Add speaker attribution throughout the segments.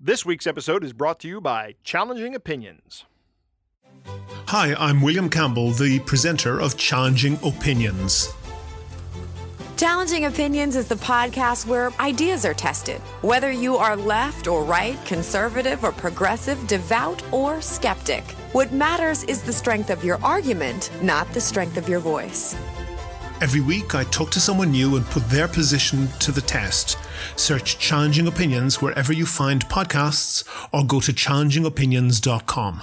Speaker 1: This week's episode is brought to you by Challenging Opinions.
Speaker 2: Hi, I'm William Campbell, the presenter of Challenging Opinions.
Speaker 3: Challenging Opinions is the podcast where ideas are tested. Whether you are left or right, conservative or progressive, devout or skeptic, what matters is the strength of your argument, not the strength of your voice.
Speaker 2: Every week, I talk to someone new and put their position to the test. Search Challenging Opinions wherever you find podcasts or go to challengingopinions.com.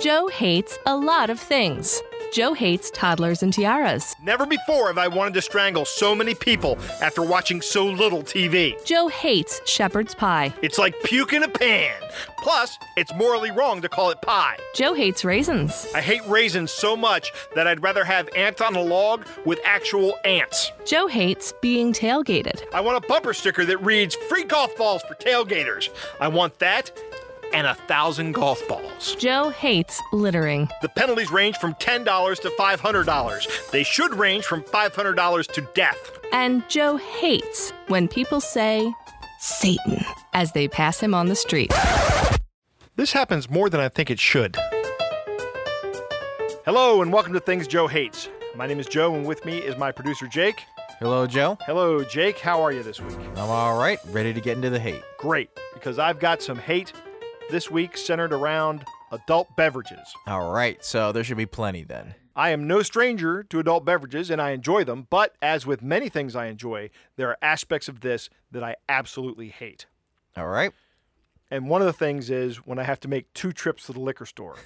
Speaker 4: Joe hates a lot of things. Joe hates toddlers and tiaras.
Speaker 1: Never before have I wanted to strangle so many people after watching so little TV.
Speaker 4: Joe hates shepherd's pie.
Speaker 1: It's like puke in a pan. Plus, it's morally wrong to call it pie.
Speaker 4: Joe hates raisins.
Speaker 1: I hate raisins so much that I'd rather have ants on a log with actual ants.
Speaker 4: Joe hates being tailgated.
Speaker 1: I want a bumper sticker that reads free golf balls for tailgaters. I want that and a thousand golf balls.
Speaker 4: Joe hates littering.
Speaker 1: The penalties range from $10 to $500. They should range from $500 to death.
Speaker 4: And Joe hates when people say, Satan, as they pass him on the street.
Speaker 1: This happens more than I think it should. Hello, and welcome to Things Joe Hates. My name is Joe, and with me is my producer, Jake.
Speaker 5: Hello, Joe.
Speaker 1: Hello, Jake. How are you this week?
Speaker 5: I'm all right. Ready to get into the hate.
Speaker 1: Great, because I've got some hate this week centered around adult beverages.
Speaker 5: All right. So there should be plenty then.
Speaker 1: I am no stranger to adult beverages and I enjoy them, but as with many things I enjoy, there are aspects of this that I absolutely hate.
Speaker 5: All right.
Speaker 1: And one of the things is when I have to make two trips to the liquor store.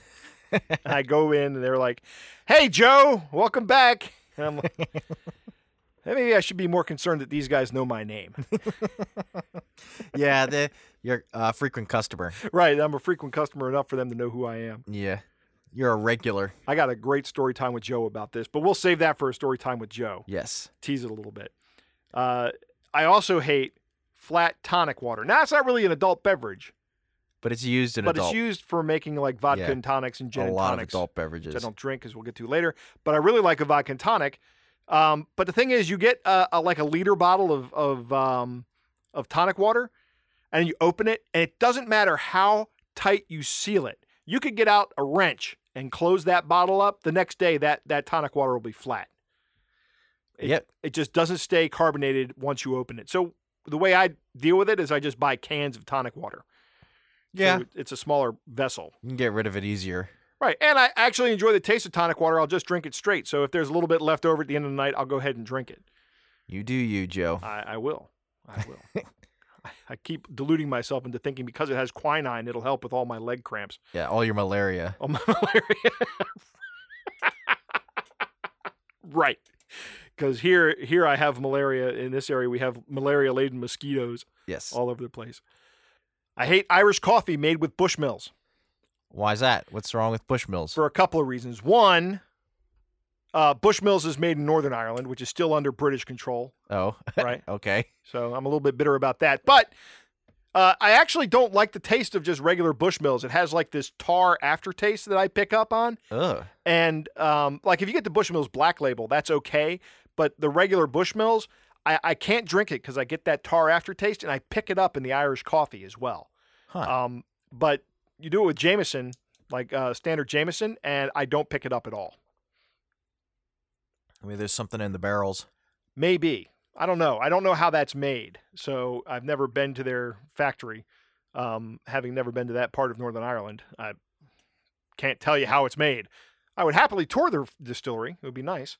Speaker 1: and I go in and they're like, "Hey Joe, welcome back." And I'm like, "Hey, maybe I should be more concerned that these guys know my name.
Speaker 5: Yeah, the, you're a frequent customer.
Speaker 1: right, I'm a frequent customer enough for them to know who I am.
Speaker 5: Yeah. You're a regular.
Speaker 1: I got a great story time with Joe about this, but we'll save that for a story time with Joe.
Speaker 5: Yes.
Speaker 1: tease it a little bit. Uh, I also hate flat tonic water. Now it's not really an adult beverage,
Speaker 5: But it's used in
Speaker 1: but
Speaker 5: adult.
Speaker 1: it's used for making like vodka
Speaker 5: Yeah.
Speaker 1: and tonics and gin
Speaker 5: a
Speaker 1: and
Speaker 5: lot
Speaker 1: tonics,
Speaker 5: of adult
Speaker 1: which I
Speaker 5: beverages.
Speaker 1: don't drink, as we'll get to later. But I really like a vodka and tonic. Um, but the thing is, you get a, a, like a liter bottle of of um, of tonic water, and you open it, and it doesn't matter how tight you seal it. You could get out a wrench and close that bottle up. The next day, that that tonic water will be flat. It,
Speaker 5: Yep.
Speaker 1: It just doesn't stay carbonated once you open it. So the way I deal with it is I just buy cans of tonic water.
Speaker 5: Yeah.
Speaker 1: So it's a smaller vessel.
Speaker 5: You can get rid of it easier.
Speaker 1: Right. And I actually enjoy the taste of tonic water. I'll just drink it straight. So if there's a little bit left over at the end of the night, I'll go ahead and drink it.
Speaker 5: You do you, Joe.
Speaker 1: I, I will. I will. I- I keep deluding myself into thinking because it has quinine, it'll help with all my leg cramps.
Speaker 5: Yeah, all your malaria.
Speaker 1: Oh, my malaria. right. Because here, here I have malaria. In this area, we have malaria-laden mosquitoes
Speaker 5: Yes.
Speaker 1: all over the place. I hate Irish coffee made with Bushmills
Speaker 5: Why's that? What's wrong with Bushmills?
Speaker 1: for a couple of reasons. One, uh, Bushmills is made in Northern Ireland, which is still under British control,
Speaker 5: Oh,
Speaker 1: right?
Speaker 5: okay.
Speaker 1: so I'm a little bit bitter about that. But uh, I actually don't like the taste of just regular Bushmills. It has like this tar aftertaste that I pick up on.
Speaker 5: Ugh.
Speaker 1: And um, like if you get the Bushmills Black Label, that's okay. But the regular Bushmills, I, I can't drink it because I get that tar aftertaste, and I pick it up in the Irish coffee as well.
Speaker 5: Huh.
Speaker 1: Um, but you do it with Jameson, like uh, standard Jameson, and I don't pick it up at all.
Speaker 5: I mean, there's something in the barrels.
Speaker 1: Maybe I don't know. I don't know how that's made, so I've never been to their factory. Um, having never been to that part of Northern Ireland, I can't tell you how it's made. I would happily tour their distillery. It would be nice.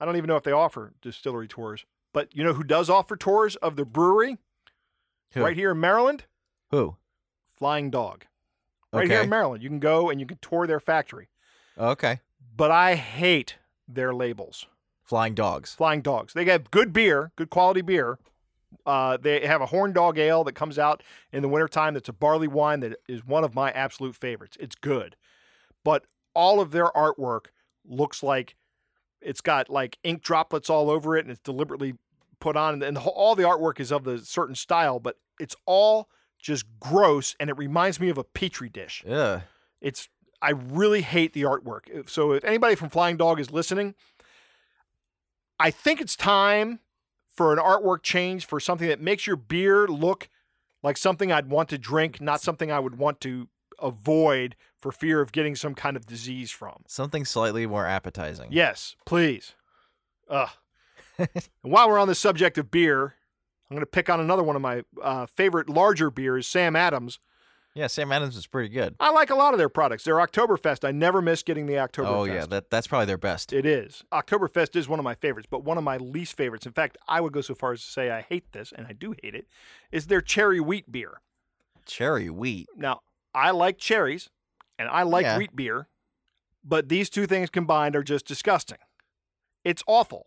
Speaker 1: I don't even know if they offer distillery tours. But you know who does offer tours of the brewery
Speaker 5: Who?
Speaker 1: right here in Maryland?
Speaker 5: Who?
Speaker 1: Flying Dog. Right here
Speaker 5: Okay.
Speaker 1: in Maryland. You can go and you can tour their factory.
Speaker 5: okay.
Speaker 1: but I hate their labels.
Speaker 5: Flying dogs.
Speaker 1: Flying Dogs. They have good beer, good quality beer. Uh, they have a horn dog ale that comes out in the wintertime that's a barley wine that is one of my absolute favorites. It's good. But all of their artwork looks like it's got like ink droplets all over it and it's deliberately put on. And the, whole- all the artwork is of the certain style, but it's all just gross and it reminds me of a petri dish
Speaker 5: Ugh.
Speaker 1: it's I really hate the artwork. If- So if anybody from Flying Dog is listening, I think it's time for an artwork change for something that makes your beer look like something I'd want to drink, not something I would want to avoid for fear of getting some kind of disease from.
Speaker 5: Something slightly more appetizing.
Speaker 1: Yes, please. Ugh. and while we're on the subject of beer, I'm going to pick on another one of my uh, favorite larger beers, Sam Adams.
Speaker 5: Yeah, Sam Adams is pretty good.
Speaker 1: I like a lot of their products. Their Oktoberfest, I never miss getting the Oktoberfest.
Speaker 5: Oh yeah, that that's probably their best.
Speaker 1: It is. Oktoberfest is one of my favorites, but one of my least favorites. In fact, I would go so far as to say I hate this, and I do hate it, is their cherry wheat beer.
Speaker 5: Cherry wheat.
Speaker 1: Now, I like cherries and I like
Speaker 5: Yeah.
Speaker 1: wheat beer, but these two things combined are just disgusting. It's awful.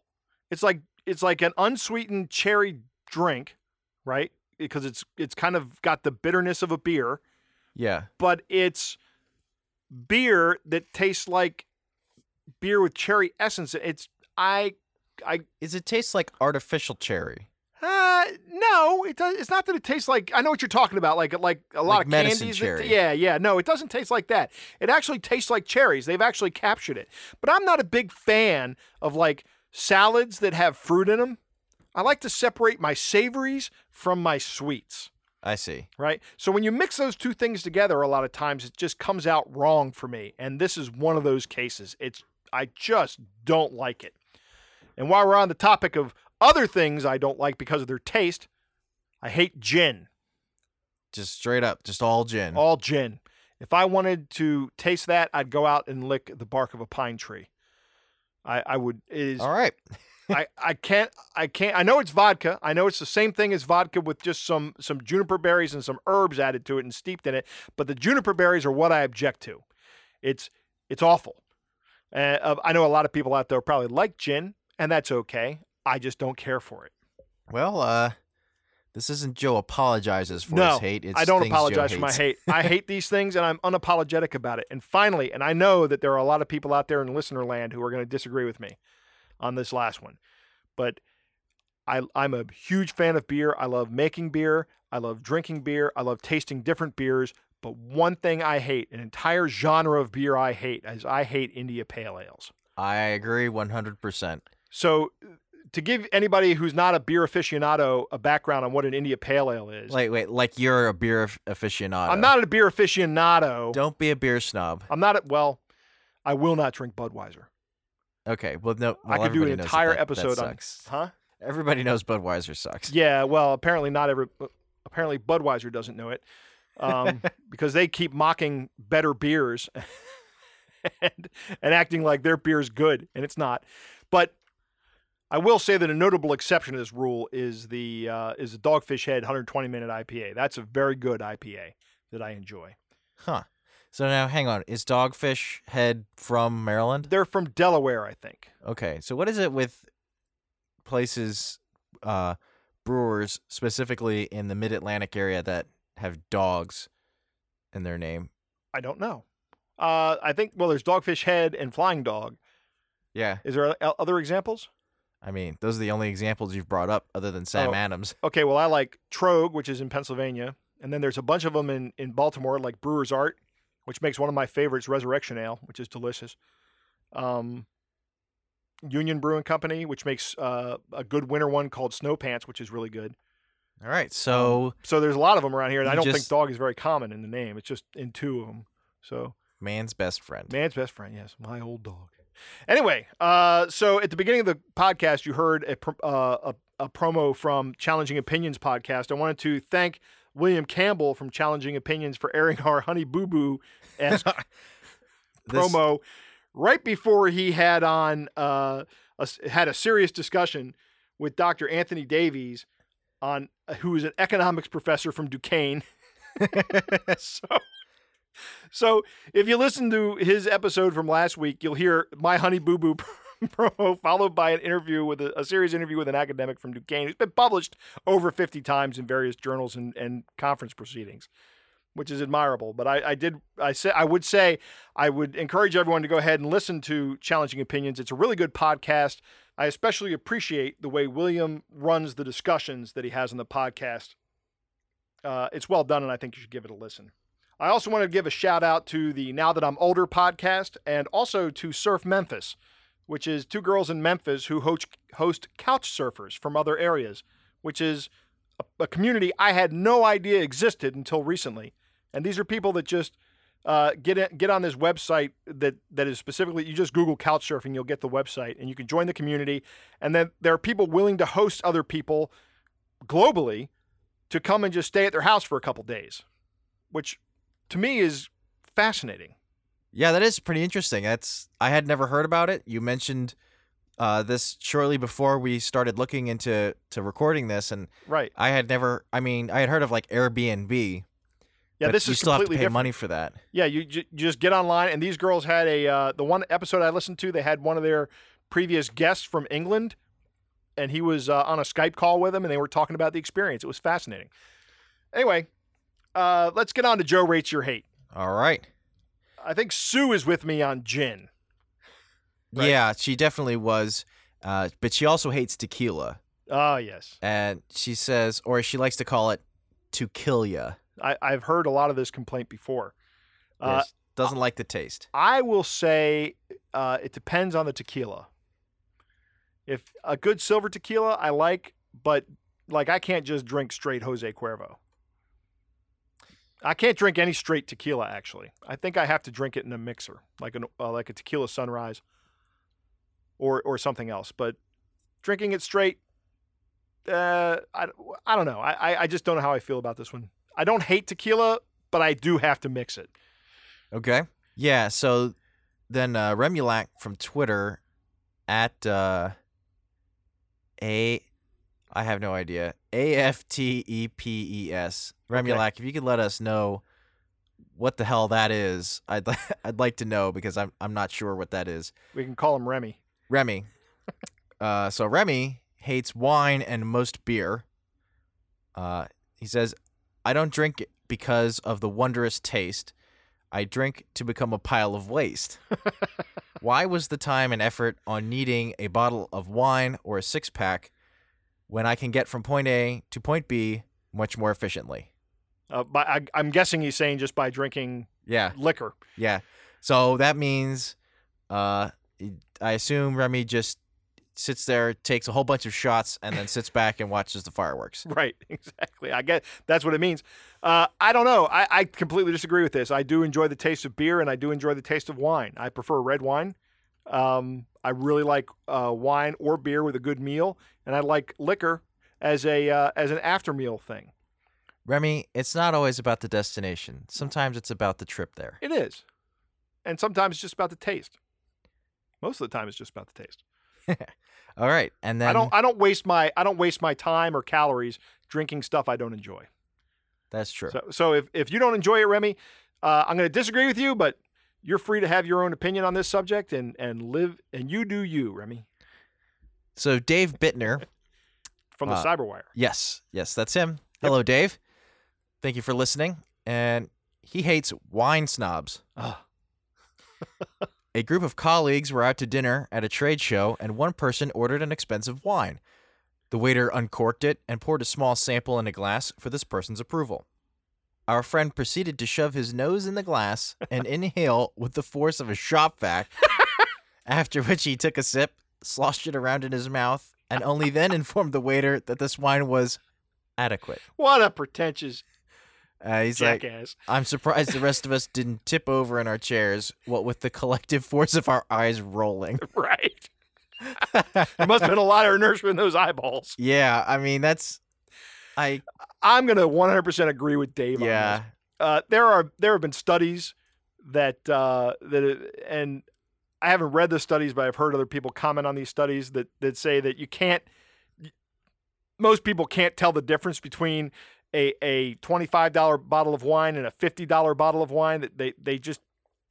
Speaker 1: It's like it's like an unsweetened cherry drink, right? Because it's it's kind of got the bitterness of a beer,
Speaker 5: Yeah.
Speaker 1: but it's beer that tastes like beer with cherry essence. It's I I
Speaker 5: Is it tastes like artificial cherry?
Speaker 1: uh, no, it does. It's not that it tastes like. I know what you're talking about. Like like a lot
Speaker 5: Like
Speaker 1: of
Speaker 5: medicine
Speaker 1: candies.
Speaker 5: cherry.
Speaker 1: That, yeah, yeah. No, it doesn't taste like that. It actually tastes like cherries. They've actually captured it. But I'm not a big fan of like salads that have fruit in them. I like to separate my savories from my sweets.
Speaker 5: I see.
Speaker 1: Right. So when you mix those two things together, a lot of times it just comes out wrong for me. And this is one of those cases. It's I just don't like it. And while we're on the topic of other things I don't like because of their taste, I hate gin.
Speaker 5: Just straight up, just all gin.
Speaker 1: All gin. If I wanted to taste that, I'd go out and lick the bark of a pine tree. I, I would it is
Speaker 5: all right.
Speaker 1: I, I can't I can't I know it's vodka. I know it's the same thing as vodka with just some some juniper berries and some herbs added to it and steeped in it, but the juniper berries are what I object to. It's it's awful. Uh, uh, I know a lot of people out there probably like gin and that's okay. I just don't care for it.
Speaker 5: Well, uh, this isn't Joe apologizes for
Speaker 1: no,
Speaker 5: his hate. It's
Speaker 1: I don't
Speaker 5: things Joe
Speaker 1: apologize for my
Speaker 5: hates.
Speaker 1: hate. I hate these things and I'm unapologetic about it. And finally, and I know that there are a lot of people out there in listener land who are going to disagree with me on this last one, but I, I'm a huge fan of beer. I love making beer. I love drinking beer. I love tasting different beers. But one thing I hate, an entire genre of beer I hate, is I hate India Pale Ales.
Speaker 5: I agree 100%.
Speaker 1: So, to give anybody who's not a beer aficionado a background on what an India Pale Ale is,
Speaker 5: Like, uh, wait, like you're a beer af- aficionado.
Speaker 1: I'm not a beer aficionado.
Speaker 5: Don't be a beer snob.
Speaker 1: I'm not. Well, I will not drink Budweiser.
Speaker 5: Okay. Well, no.
Speaker 1: I
Speaker 5: well,
Speaker 1: could do an
Speaker 5: everybody knows that
Speaker 1: entire
Speaker 5: that- that
Speaker 1: episode
Speaker 5: sucks.
Speaker 1: on. Huh?
Speaker 5: Everybody knows Budweiser sucks.
Speaker 1: Yeah. Well, apparently not every. Apparently Budweiser doesn't know it, um, because they keep mocking better beers, and and acting like their beer's good, and it's not. But I will say that a notable exception to this rule is the uh, is the Dogfish Head 120 minute IPA. That's a very good IPA that I enjoy.
Speaker 5: Huh. So now, hang on. Is Dogfish Head from Maryland?
Speaker 1: They're from Delaware, I think.
Speaker 5: Okay. So what is it with places, uh, brewers specifically in the Mid Atlantic area that have dogs in their name?
Speaker 1: I don't know. Uh, I think well, there's Dogfish Head and Flying Dog.
Speaker 5: Yeah.
Speaker 1: Is there o- other examples?
Speaker 5: I mean, those are the only examples you've brought up other than Sam
Speaker 1: Oh.
Speaker 5: Adams.
Speaker 1: Okay, well, I like Trogue, which is in Pennsylvania, and then there's a bunch of them in, in Baltimore, like Brewer's Art, which makes one of my favorites, Resurrection Ale, which is delicious. Um, Union Brewing Company, which makes uh, a good winter one called Snow Pants, which is really good.
Speaker 5: All
Speaker 1: Um,
Speaker 5: right. So,
Speaker 1: So there's a lot of them around here, and I
Speaker 5: You
Speaker 1: don't think
Speaker 5: just-
Speaker 1: dog is very common in the name. It's just in two of them. So
Speaker 5: man's best friend.
Speaker 1: Man's best friend, yes, my old dog. Anyway, uh, so at the beginning of the podcast, you heard a, pr- uh, a, a promo from Challenging Opinions podcast. I wanted to thank William Campbell from Challenging Opinions for airing our Honey Boo Boo esque
Speaker 5: This-
Speaker 1: promo right before he had on uh, a s had a serious discussion with Dr. Anthony Davies on uh, who is an economics professor from Duquesne. so, so if you listen to his episode from last week, you'll hear my honey boo boo promo followed by an interview with a, a serious interview with an academic from Duquesne who's been published over 50 times in various journals and, and conference proceedings which is admirable. But I, I did I say I would say I would encourage everyone to go ahead and listen to Challenging Opinions. It's a really good podcast. I especially appreciate the way William runs the discussions that he has on the podcast. Uh, it's well done, and I think you should give it a listen. I also want to give a shout out to the Now That I'm Older podcast and also to Surf Memphis, which is two girls in Memphis who host, host couch surfers from other areas, which is a, a community I had no idea existed until recently. And these are people that just uh, get in, get on this website that that is specifically you just Google couch surfing, you'll get the website, and you can join the community. And then there are people willing to host other people globally to come and just stay at their house for a couple days, which to me is fascinating.
Speaker 5: Yeah, that is pretty interesting. That's I had never heard about it. You mentioned uh, this shortly before we started looking into to recording this, and
Speaker 1: Right.
Speaker 5: I had never. I mean, I had heard of like Airbnb.
Speaker 1: Yeah,
Speaker 5: but
Speaker 1: this
Speaker 5: you
Speaker 1: is
Speaker 5: still have to pay
Speaker 1: completely different.
Speaker 5: money for that.
Speaker 1: Yeah, you, ju- you just get online, and these girls had a uh, the one episode I listened to. They had one of their previous guests from England, and he was uh, on a Skype call with them, and they were talking about the experience. It was fascinating. Anyway, uh, let's get on to Joe rates your hate.
Speaker 5: All right.
Speaker 1: I think Sue is with me on gin. Right.
Speaker 5: Yeah, she definitely was, uh, but she also hates tequila,
Speaker 1: Ah, yes,
Speaker 5: and she says, or she likes to call it, to kill ya.
Speaker 1: I, I've heard a lot of this complaint before. Uh,
Speaker 5: Yes. Doesn't like the taste.
Speaker 1: I will say uh, it depends on the tequila. If a good silver tequila, I like, but like I can't just drink straight Jose Cuervo. I can't drink any straight tequila. Actually, I think I have to drink it in a mixer, like an uh, like a tequila sunrise, or or something else. But drinking it straight, uh, I I don't know. I I- I just don't know how I feel about this one. I don't hate tequila, but I do have to mix it.
Speaker 5: Okay. Yeah. So then uh, Remulac from Twitter at uh, a I have no idea a f t e p e s Remulac. If you could let us know what the hell that is, I'd li- I'd like to know because I'm I'm not sure what that is.
Speaker 1: We can call him Remy.
Speaker 5: Remy. Uh, so Remy hates wine and most beer. Uh, he says, "I don't drink it because of the wondrous taste. I drink to become a pile of waste. Why was the time and effort on needing a bottle of wine or a six pack when I can get from point A to point B much more efficiently?"
Speaker 1: Uh, but I, I'm guessing he's saying just by drinking
Speaker 5: Yeah,
Speaker 1: liquor.
Speaker 5: yeah. So that means, uh, I assume Remy just sits there, takes a whole bunch of shots, and then sits back and watches the fireworks.
Speaker 1: Right, exactly. I get that's what it means. Uh, I don't know. I, I completely disagree with this. I do enjoy the taste of beer and I do enjoy the taste of wine. I prefer red wine. Um, I really like uh, wine or beer with a good meal, and I like liquor as a uh, as an after meal thing.
Speaker 5: Remy, it's not always about the destination. Sometimes it's about the trip there.
Speaker 1: It is, and sometimes it's just about the taste. Most of the time, it's just about the taste.
Speaker 5: All right, and then
Speaker 1: I don't I don't waste my I don't waste my time or calories drinking stuff I don't enjoy.
Speaker 5: that's true.
Speaker 1: So, so if, if you don't enjoy it, Remy, uh, I'm going to disagree with you, but you're free to have your own opinion on this subject and, and live, and you do you, Remy,
Speaker 5: So Dave Bittner,
Speaker 1: from the
Speaker 5: Uh,
Speaker 1: Cyberwire.
Speaker 5: yes, yes, that's him. Hello, Dave. Thank you for listening. And he hates wine snobs.
Speaker 1: Ah.
Speaker 5: A group of colleagues were out to dinner at a trade show, and one person ordered an expensive wine. The waiter uncorked it and poured a small sample in a glass for this person's approval. Our friend proceeded to shove his nose in the glass and inhale with the force of a shop vac, after which he took a sip, sloshed it around in his mouth, and only then informed the waiter that this wine was adequate.
Speaker 1: What a pretentious
Speaker 5: Uh, he's like,
Speaker 1: jackass.
Speaker 5: I'm surprised the rest of us didn't tip over in our chairs, what with the collective force of our eyes rolling.
Speaker 1: right. there must have been a lot of inertia in those eyeballs.
Speaker 5: Yeah, I mean that's I
Speaker 1: I'm going to 100% agree with Dave on this.
Speaker 5: yeah.
Speaker 1: uh, there are there have been studies that uh, that and I haven't read the studies, but I've heard other people comment on these studies that that say that you can't. Most people can't tell the difference between a a twenty five dollar bottle of wine and a fifty dollar bottle of wine. That they they just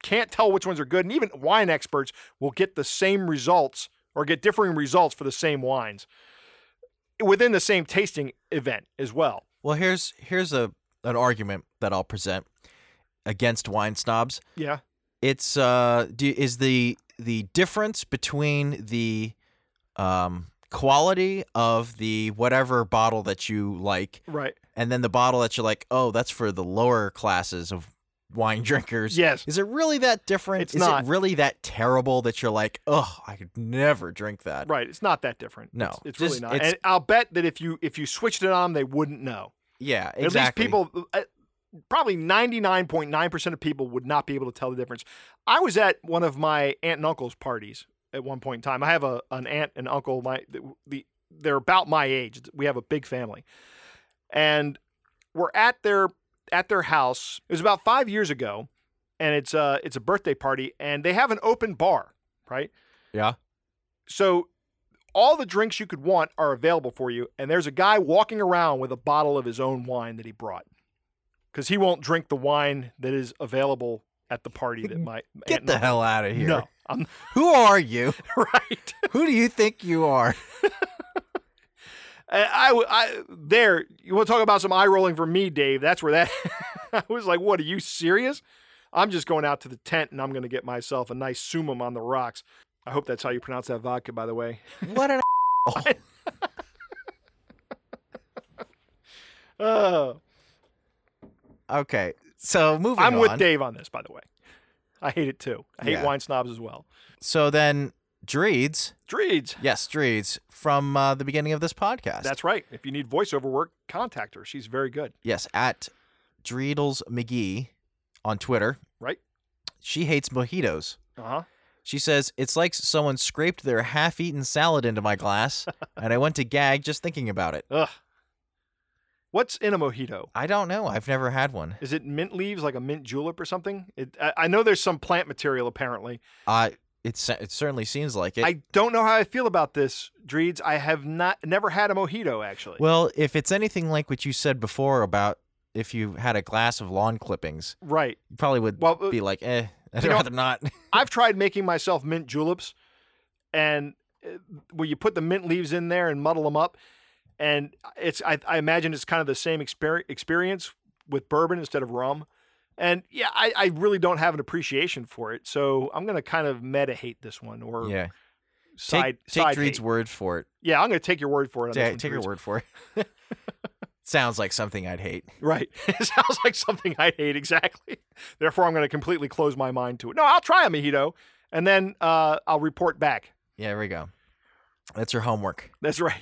Speaker 1: can't tell which ones are good, and even wine experts will get the same results or get differing results for the same wines within the same tasting event as well.
Speaker 5: Well, here's here's a an argument that I'll present against wine snobs.
Speaker 1: Yeah.
Speaker 5: It's uh do, is the the difference between the um quality of the whatever bottle that you like
Speaker 1: Right.
Speaker 5: and then the bottle that you're like, "Oh, that's for the lower classes of wine drinkers.
Speaker 1: Yes.
Speaker 5: Is it really that different?
Speaker 1: It's
Speaker 5: Is
Speaker 1: not.
Speaker 5: it really that terrible that you're like, oh, I could never drink that?
Speaker 1: Right. It's not that different.
Speaker 5: No,
Speaker 1: It's, it's
Speaker 5: just-
Speaker 1: really not.
Speaker 5: it's-
Speaker 1: and I'll bet that if you if you switched it on, them, they wouldn't know.
Speaker 5: Yeah, exactly.
Speaker 1: At least people, uh, probably 99.9% of people would not be able to tell the difference. I was at one of my aunt and uncle's parties at one point in time. I have a an aunt and uncle. My the they're about my age. We have a big family, and we're at their at their house. It was about five years ago, and it's a it's a birthday party, and they have an open bar, right?
Speaker 5: Yeah.
Speaker 1: So all the drinks you could want are available for you, and there's a guy walking around with a bottle of his own wine that he brought because he won't drink the wine that is available at the party that my aunt
Speaker 5: Get
Speaker 1: and
Speaker 5: the
Speaker 1: uncle-
Speaker 5: hell out of here.
Speaker 1: No, I'm
Speaker 5: Who are you?
Speaker 1: right.
Speaker 5: Who do you think you are?
Speaker 1: I, I w- I- there. You want to talk about some eye rolling for me, Dave? That's where that. I was like, "What? Are you serious?" I'm just going out to the tent and I'm going to get myself a nice sumum on the rocks. I hope that's how you pronounce that vodka, by the way.
Speaker 5: What an
Speaker 1: Oh,
Speaker 5: Okay. So moving
Speaker 1: I'm with
Speaker 5: on.
Speaker 1: Dave on this, by the way. I hate it too. I hate
Speaker 5: Yeah.
Speaker 1: wine snobs as well.
Speaker 5: So then Dreeds.
Speaker 1: Dreeds.
Speaker 5: Yes, Dreeds from uh, the beginning of this podcast.
Speaker 1: That's right. If you need voiceover work, contact her. She's very good.
Speaker 5: Yes, at Dreedles McGee on Twitter.
Speaker 1: Right.
Speaker 5: She hates mojitos.
Speaker 1: Uh huh.
Speaker 5: She says, It's like someone scraped their half eaten salad into my glass, and I went to gag just thinking about it.
Speaker 1: Ugh. What's in a mojito?
Speaker 5: I don't know. I've never had one.
Speaker 1: Is it mint leaves, like a mint julep or something? It, I, I know there's some plant material apparently.
Speaker 5: Uh, it, se- it certainly seems like it.
Speaker 1: I don't know how I feel about this, Dreeds. I have not never had a mojito actually.
Speaker 5: well, if it's anything like what you said before about if you had a glass of lawn clippings,
Speaker 1: right.
Speaker 5: you probably would
Speaker 1: Well, uh,
Speaker 5: be like, eh, I'd
Speaker 1: you know-
Speaker 5: rather not.
Speaker 1: I've tried making myself mint juleps, and uh, where you put the mint leaves in there and muddle them up, and it's I, I imagine it's kind of the same exper- experience with bourbon instead of rum, and yeah, I, I really don't have an appreciation for it, so I'm gonna kind of meta hate this one or
Speaker 5: yeah.
Speaker 1: side
Speaker 5: take
Speaker 1: side
Speaker 5: take Reed's
Speaker 1: hate.
Speaker 5: word for it.
Speaker 1: Yeah, I'm gonna take your word for it. On
Speaker 5: Ta-
Speaker 1: this
Speaker 5: take
Speaker 1: one,
Speaker 5: your
Speaker 1: Dreeds.
Speaker 5: word for it. Sounds like something I'd hate.
Speaker 1: Right. It sounds like something I hate exactly. Therefore, I'm going to completely close my mind to it. No, I'll try a mojito, and then uh, I'll report back.
Speaker 5: Yeah, there we go. That's your homework.
Speaker 1: That's right.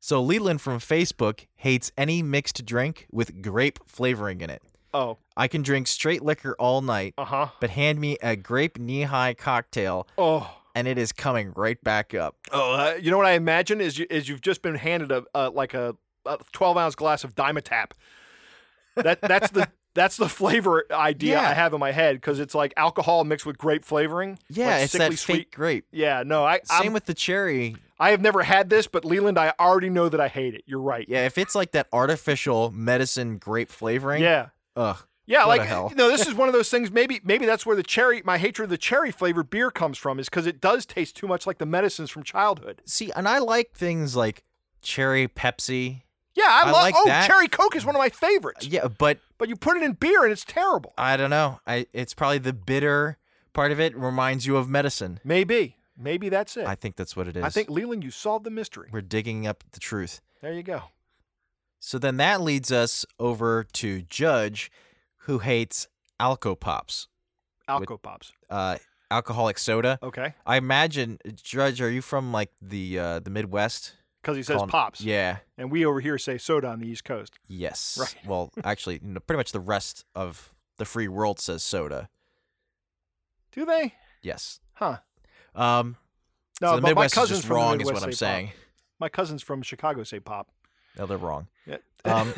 Speaker 5: So Leland from Facebook hates any mixed drink with grape flavoring in it.
Speaker 1: Oh,
Speaker 5: I can drink straight liquor all night,
Speaker 1: uh huh.
Speaker 5: but hand me a grape knee-high cocktail
Speaker 1: Oh,
Speaker 5: and it is coming right back up.
Speaker 1: oh. Uh, you know what I imagine is you is you've just been handed a, a like a, a 12 ounce glass of Dimetap. That that's the that's the flavor idea
Speaker 5: Yeah.
Speaker 1: I have in my head because it's like alcohol mixed with grape flavoring.
Speaker 5: Yeah,
Speaker 1: like
Speaker 5: it's
Speaker 1: sickly
Speaker 5: that fake
Speaker 1: sweet.
Speaker 5: grape.
Speaker 1: Yeah, no, I
Speaker 5: Same
Speaker 1: I'm,
Speaker 5: with the cherry.
Speaker 1: I have never had this, but Leland, I already know that I hate it. You're right.
Speaker 5: Yeah, if it's like that artificial medicine grape flavoring.
Speaker 1: yeah.
Speaker 5: Ugh.
Speaker 1: Yeah,
Speaker 5: What the
Speaker 1: like
Speaker 5: hell?
Speaker 1: you know, this is one of those things. Maybe maybe that's where the cherry, my hatred of the cherry flavored beer comes from, is because it does taste too much like the medicines from childhood.
Speaker 5: See, and I like things like cherry Pepsi.
Speaker 1: Yeah, I,
Speaker 5: I
Speaker 1: love.
Speaker 5: like
Speaker 1: oh,
Speaker 5: that.
Speaker 1: cherry Coke is one of my favorites.
Speaker 5: Yeah, but
Speaker 1: but you put it in beer and it's terrible.
Speaker 5: I don't know. I it's probably the bitter part of it reminds you of medicine.
Speaker 1: Maybe, maybe that's it.
Speaker 5: I think that's what it is.
Speaker 1: I think Leland, you solved the mystery.
Speaker 5: we're digging up the truth.
Speaker 1: There you go.
Speaker 5: So then that leads us over to Judge, who hates Alco Pops,
Speaker 1: Alco Pops.
Speaker 5: uh, alcoholic soda.
Speaker 1: Okay,
Speaker 5: I imagine Judge, are you from like the uh, the Midwest?
Speaker 1: because he says
Speaker 5: Calling-
Speaker 1: pops,
Speaker 5: Yeah.
Speaker 1: and we over here say soda on the East Coast.
Speaker 5: Yes.
Speaker 1: Right.
Speaker 5: Well, actually, no, pretty much the rest of the free world says soda.
Speaker 1: Do they?
Speaker 5: Yes.
Speaker 1: Huh?
Speaker 5: Um,
Speaker 1: No,
Speaker 5: so
Speaker 1: but
Speaker 5: the
Speaker 1: my
Speaker 5: Midwest is
Speaker 1: cousins
Speaker 5: just
Speaker 1: from the
Speaker 5: wrong, is
Speaker 1: Midwest
Speaker 5: what I'm
Speaker 1: say pop.
Speaker 5: saying.
Speaker 1: My cousins from Chicago say pop.
Speaker 5: No, they're wrong.
Speaker 1: Yeah. uh,
Speaker 5: Um,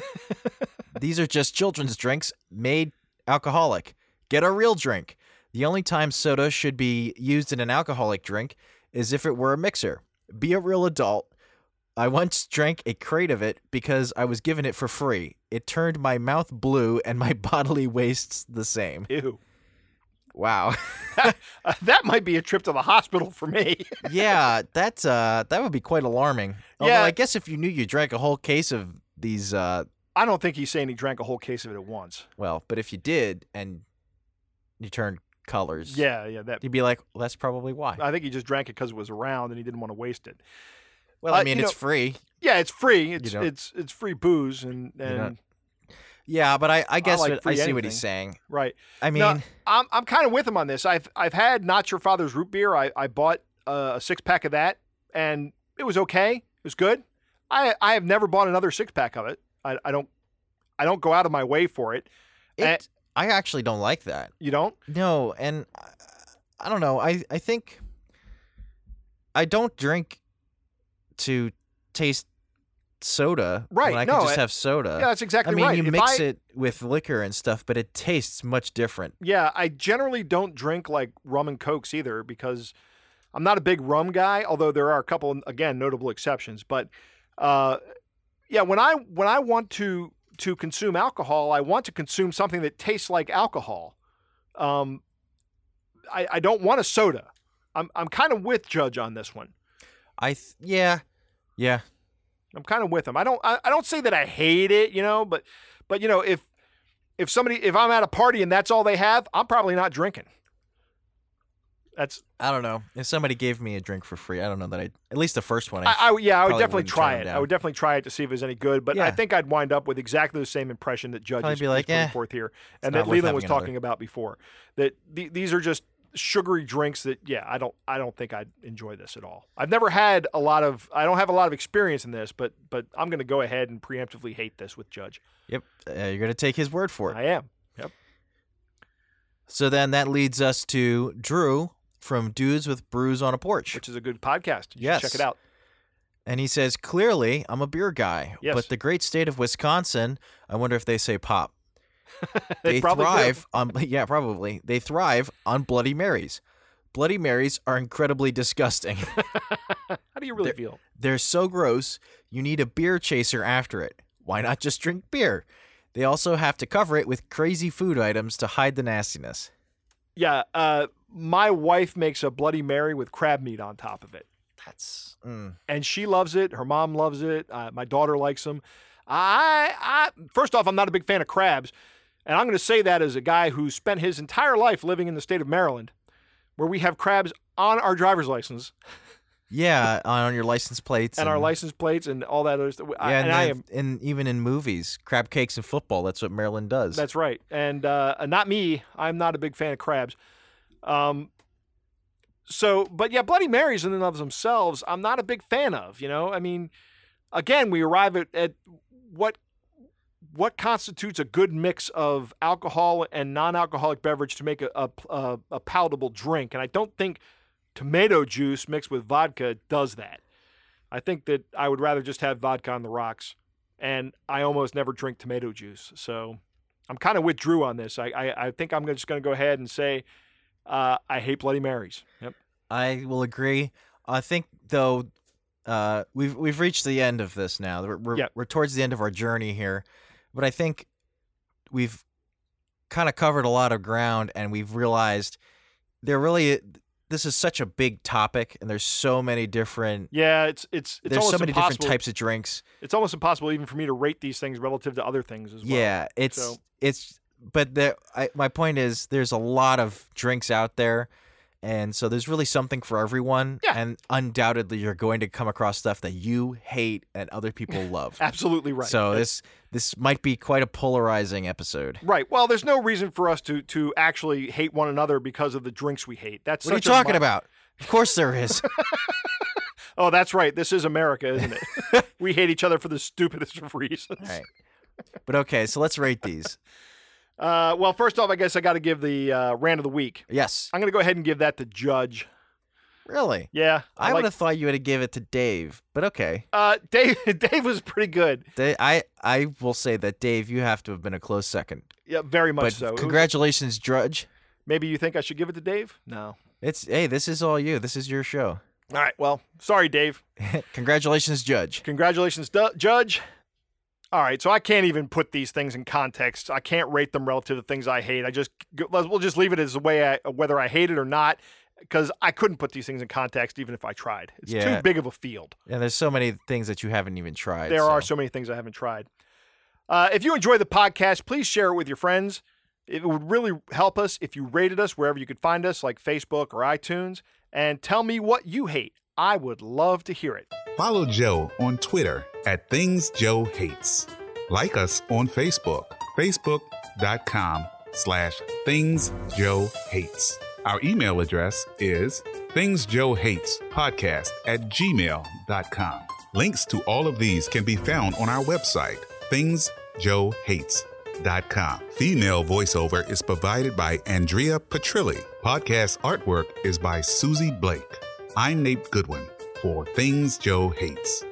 Speaker 5: these are just children's drinks made alcoholic. Get a real drink. The only time soda should be used in an alcoholic drink is if it were a mixer. Be a real adult. I once drank a crate of it because I was given it for free. It turned my mouth blue and my bodily wastes the same.
Speaker 1: Ew. Uh,
Speaker 5: Wow.
Speaker 1: that might be a trip to the hospital for me.
Speaker 5: yeah, that's uh that would be quite alarming. Although
Speaker 1: Yeah.
Speaker 5: I guess if you knew you drank a whole case of these uh
Speaker 1: I don't think he's saying he drank a whole case of it at once.
Speaker 5: well, but if you did and you turned colors.
Speaker 1: Yeah, yeah. That
Speaker 5: You'd be like, well, that's probably why.
Speaker 1: I think he just drank it because it was around and he didn't want to waste it.
Speaker 5: well,
Speaker 1: uh,
Speaker 5: I mean,
Speaker 1: you
Speaker 5: it's
Speaker 1: know-
Speaker 5: free.
Speaker 1: Yeah, it's free. It's
Speaker 5: don't-
Speaker 1: it's it's free booze and
Speaker 5: don't-
Speaker 1: and
Speaker 5: Yeah, but I, I guess
Speaker 1: like
Speaker 5: what- I
Speaker 1: free
Speaker 5: see what he's
Speaker 1: anything.
Speaker 5: saying.
Speaker 1: Right.
Speaker 5: I mean,
Speaker 1: No, I'm I'm kind of with him on this. I've I've had not your father's root beer. I I bought uh, a six pack of that, and it was okay. It was good. I I have never bought another six pack of it. I I don't I don't go out of my way for it. eh.
Speaker 5: it, I actually don't like that.
Speaker 1: You don't.
Speaker 5: No, and I, I don't know. I, I think I don't drink to taste soda.
Speaker 1: Right,
Speaker 5: When I
Speaker 1: no,
Speaker 5: can just
Speaker 1: I-
Speaker 5: have soda.
Speaker 1: yeah, that's exactly
Speaker 5: Uh, I mean,
Speaker 1: right.
Speaker 5: you
Speaker 1: If
Speaker 5: mix
Speaker 1: I-
Speaker 5: it with liquor and stuff, but it tastes much different.
Speaker 1: Yeah, I generally don't drink like rum and cokes either because I'm not a big rum guy. Although there are a couple, again, notable exceptions. But uh, yeah, when I when I want to to consume alcohol, I want to consume something that tastes like alcohol. Um, I, I don't want a soda. I'm I'm kind of with Judge on this one.
Speaker 5: I th- yeah, yeah.
Speaker 1: I'm kind of with him. I don't I, I don't say that I hate it, you know, but but you know if if somebody if I'm at a party and that's all they have, I'm probably not drinking. That's
Speaker 5: I don't know. If somebody gave me a drink for free, I don't know that I. At least the first one. I,
Speaker 1: I, I would- yeah, I would
Speaker 5: probably
Speaker 1: definitely
Speaker 5: wouldn't
Speaker 1: try
Speaker 5: turn
Speaker 1: it.
Speaker 5: them
Speaker 1: I would definitely try it to see if it's any good. But I
Speaker 5: Yeah.
Speaker 1: think I'd wind up with exactly the same impression that Judge
Speaker 5: Probably
Speaker 1: is,
Speaker 5: be
Speaker 1: is
Speaker 5: like,
Speaker 1: putting
Speaker 5: "Eh,
Speaker 1: forth here, and that
Speaker 5: not worth
Speaker 1: Leland
Speaker 5: having
Speaker 1: was
Speaker 5: another."
Speaker 1: talking about before. That the, these are just sugary drinks that yeah, I don't I don't think I'd enjoy this at all. I've never had a lot of I don't have a lot of experience in this, but but I'm going to go ahead and preemptively hate this with Judge.
Speaker 5: yep. Uh, you're gonna take his word for it.
Speaker 1: I am.
Speaker 5: So then that leads us to Drew from Dudes with Brews on a Porch.
Speaker 1: which is a good podcast. You should
Speaker 5: Yes.
Speaker 1: check it out.
Speaker 5: And he says, Clearly, I'm a beer guy.
Speaker 1: Yes.
Speaker 5: But the great state of Wisconsin, I wonder if they say pop.
Speaker 1: They probably do.
Speaker 5: thrive on, yeah, probably. They thrive on Bloody Marys. Bloody Marys are incredibly disgusting.
Speaker 1: How do you really
Speaker 5: There-
Speaker 1: feel?
Speaker 5: They're so gross, you need a beer chaser after it. Why not just drink beer? They also have to cover it with crazy food items to hide the nastiness.
Speaker 1: Yeah, uh, my wife makes a Bloody Mary with crab meat on top of it,
Speaker 5: That's. Mm.
Speaker 1: and she loves it. Her mom loves it. Uh, my daughter likes them. I, I first off, I'm not a big fan of crabs, and I'm going to say that as a guy who spent his entire life living in the state of Maryland, where we have crabs on our driver's license
Speaker 5: Yeah, on your license plates.
Speaker 1: and our license plates and all that other stuff. I-
Speaker 5: Yeah,
Speaker 1: and
Speaker 5: and,
Speaker 1: I
Speaker 5: they've-
Speaker 1: am
Speaker 5: and even in movies, crab cakes and football. That's what Maryland does.
Speaker 1: That's right. And uh, not me. I'm not a big fan of crabs. Um, so, but yeah, Bloody Marys in and of themselves, I'm not a big fan of. You know, I mean, again, we arrive at, at what what constitutes a good mix of alcohol and non-alcoholic beverage to make a, a, a, a palatable drink. And I don't think tomato juice mixed with vodka does that. I think that I would rather just have vodka on the rocks. And I almost never drink tomato juice, so I'm kind of with Drew on this. I I, I think I'm just going to go ahead and say uh, I hate Bloody Marys. Yep.
Speaker 5: I will agree. I think though, uh, we've we've reached the end of this now. We're we're,
Speaker 1: Yep.
Speaker 5: we're towards the end of our journey here, but I think we've kind of covered a lot of ground, and we've realized there really this is such a big topic, and there's so many different.
Speaker 1: Yeah, it's it's it's
Speaker 5: there's
Speaker 1: almost
Speaker 5: so many
Speaker 1: impossible.
Speaker 5: different types of drinks.
Speaker 1: It's almost impossible even for me to rate these things relative to other things as well.
Speaker 5: Yeah, it's
Speaker 1: So-
Speaker 5: it's but the I, my point is there's a lot of drinks out there and so there's really something for everyone
Speaker 1: Yeah.
Speaker 5: and undoubtedly you're going to come across stuff that you hate and other people love.
Speaker 1: absolutely right.
Speaker 5: So
Speaker 1: That's-
Speaker 5: this this might be quite a polarizing episode.
Speaker 1: right. Well, there's no reason for us to to actually hate one another because of the drinks we hate. That's
Speaker 5: What are you
Speaker 1: such a
Speaker 5: talking
Speaker 1: mi-
Speaker 5: about? Of course there is.
Speaker 1: Oh, that's right. This is America, isn't it? we hate each other for the stupidest of reasons.
Speaker 5: All right. But okay, so let's rate these.
Speaker 1: Uh, well, first off, I guess I got to give the uh, rant of the week.
Speaker 5: Yes.
Speaker 1: I'm going to go ahead and give that to Judge.
Speaker 5: Really?
Speaker 1: Yeah,
Speaker 5: I,
Speaker 1: like-
Speaker 5: would have thought you would have give it to Dave, but okay.
Speaker 1: Uh, Dave, Dave was pretty good.
Speaker 5: Da- I I will say that Dave, you have to have been a close second.
Speaker 1: Yeah, very much
Speaker 5: But
Speaker 1: so. It was-
Speaker 5: congratulations, Drudge.
Speaker 1: maybe you think I should give it to Dave? No.
Speaker 5: It's hey, this is all you. This is your show.
Speaker 1: All right. Well, sorry, Dave.
Speaker 5: Congratulations, Judge.
Speaker 1: Congratulations, du- Judge. All right. So I can't even put these things in context. I can't rate them relative to things I hate. I just we'll just leave it as the way I whether I hate it or not, because I couldn't put these things in context even if I tried. It's
Speaker 5: Yeah.
Speaker 1: too big of a field.
Speaker 5: Yeah, there's so many things that you haven't even tried.
Speaker 1: There are
Speaker 5: so-
Speaker 1: so many things I haven't tried. Uh, if you enjoy the podcast, please share it with your friends. It would really help us if you rated us wherever you could find us, like Facebook or iTunes, and tell me what you hate. I would love to hear it.
Speaker 6: Follow Joe on Twitter at Things Joe Hates. Like us on Facebook, facebook.com slash things Joe hates. Our email address is things Joe hates podcast at gmail.com. Links to all of these can be found on our website, thingsjoehates.com. Female voiceover is provided by Andrea Petrilli. Podcast artwork is by Susie Blake. I'm Nate Goodwin for Things Joe Hates.